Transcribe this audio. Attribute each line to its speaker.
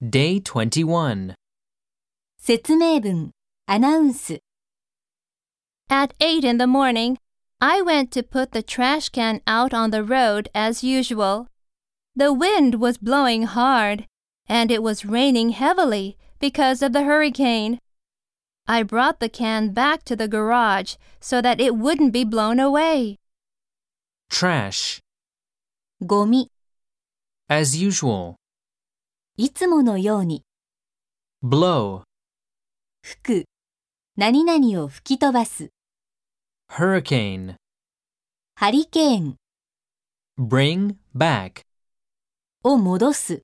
Speaker 1: Day 21.
Speaker 2: 説明文、アナウンス、
Speaker 3: At 8 in the morning, I went to put the trash can out on the road as usual. The wind was blowing hard, and it was raining heavily because of the hurricane. I brought the can back to the garage so that it wouldn't be blown away.
Speaker 1: Trash.
Speaker 2: ゴミ、
Speaker 1: As usual.
Speaker 2: いつものように、
Speaker 1: Blow.
Speaker 2: 吹く、何々を吹き飛ばす、
Speaker 1: Hurricane.
Speaker 2: ハリケーン
Speaker 1: Bring back.
Speaker 2: を戻す。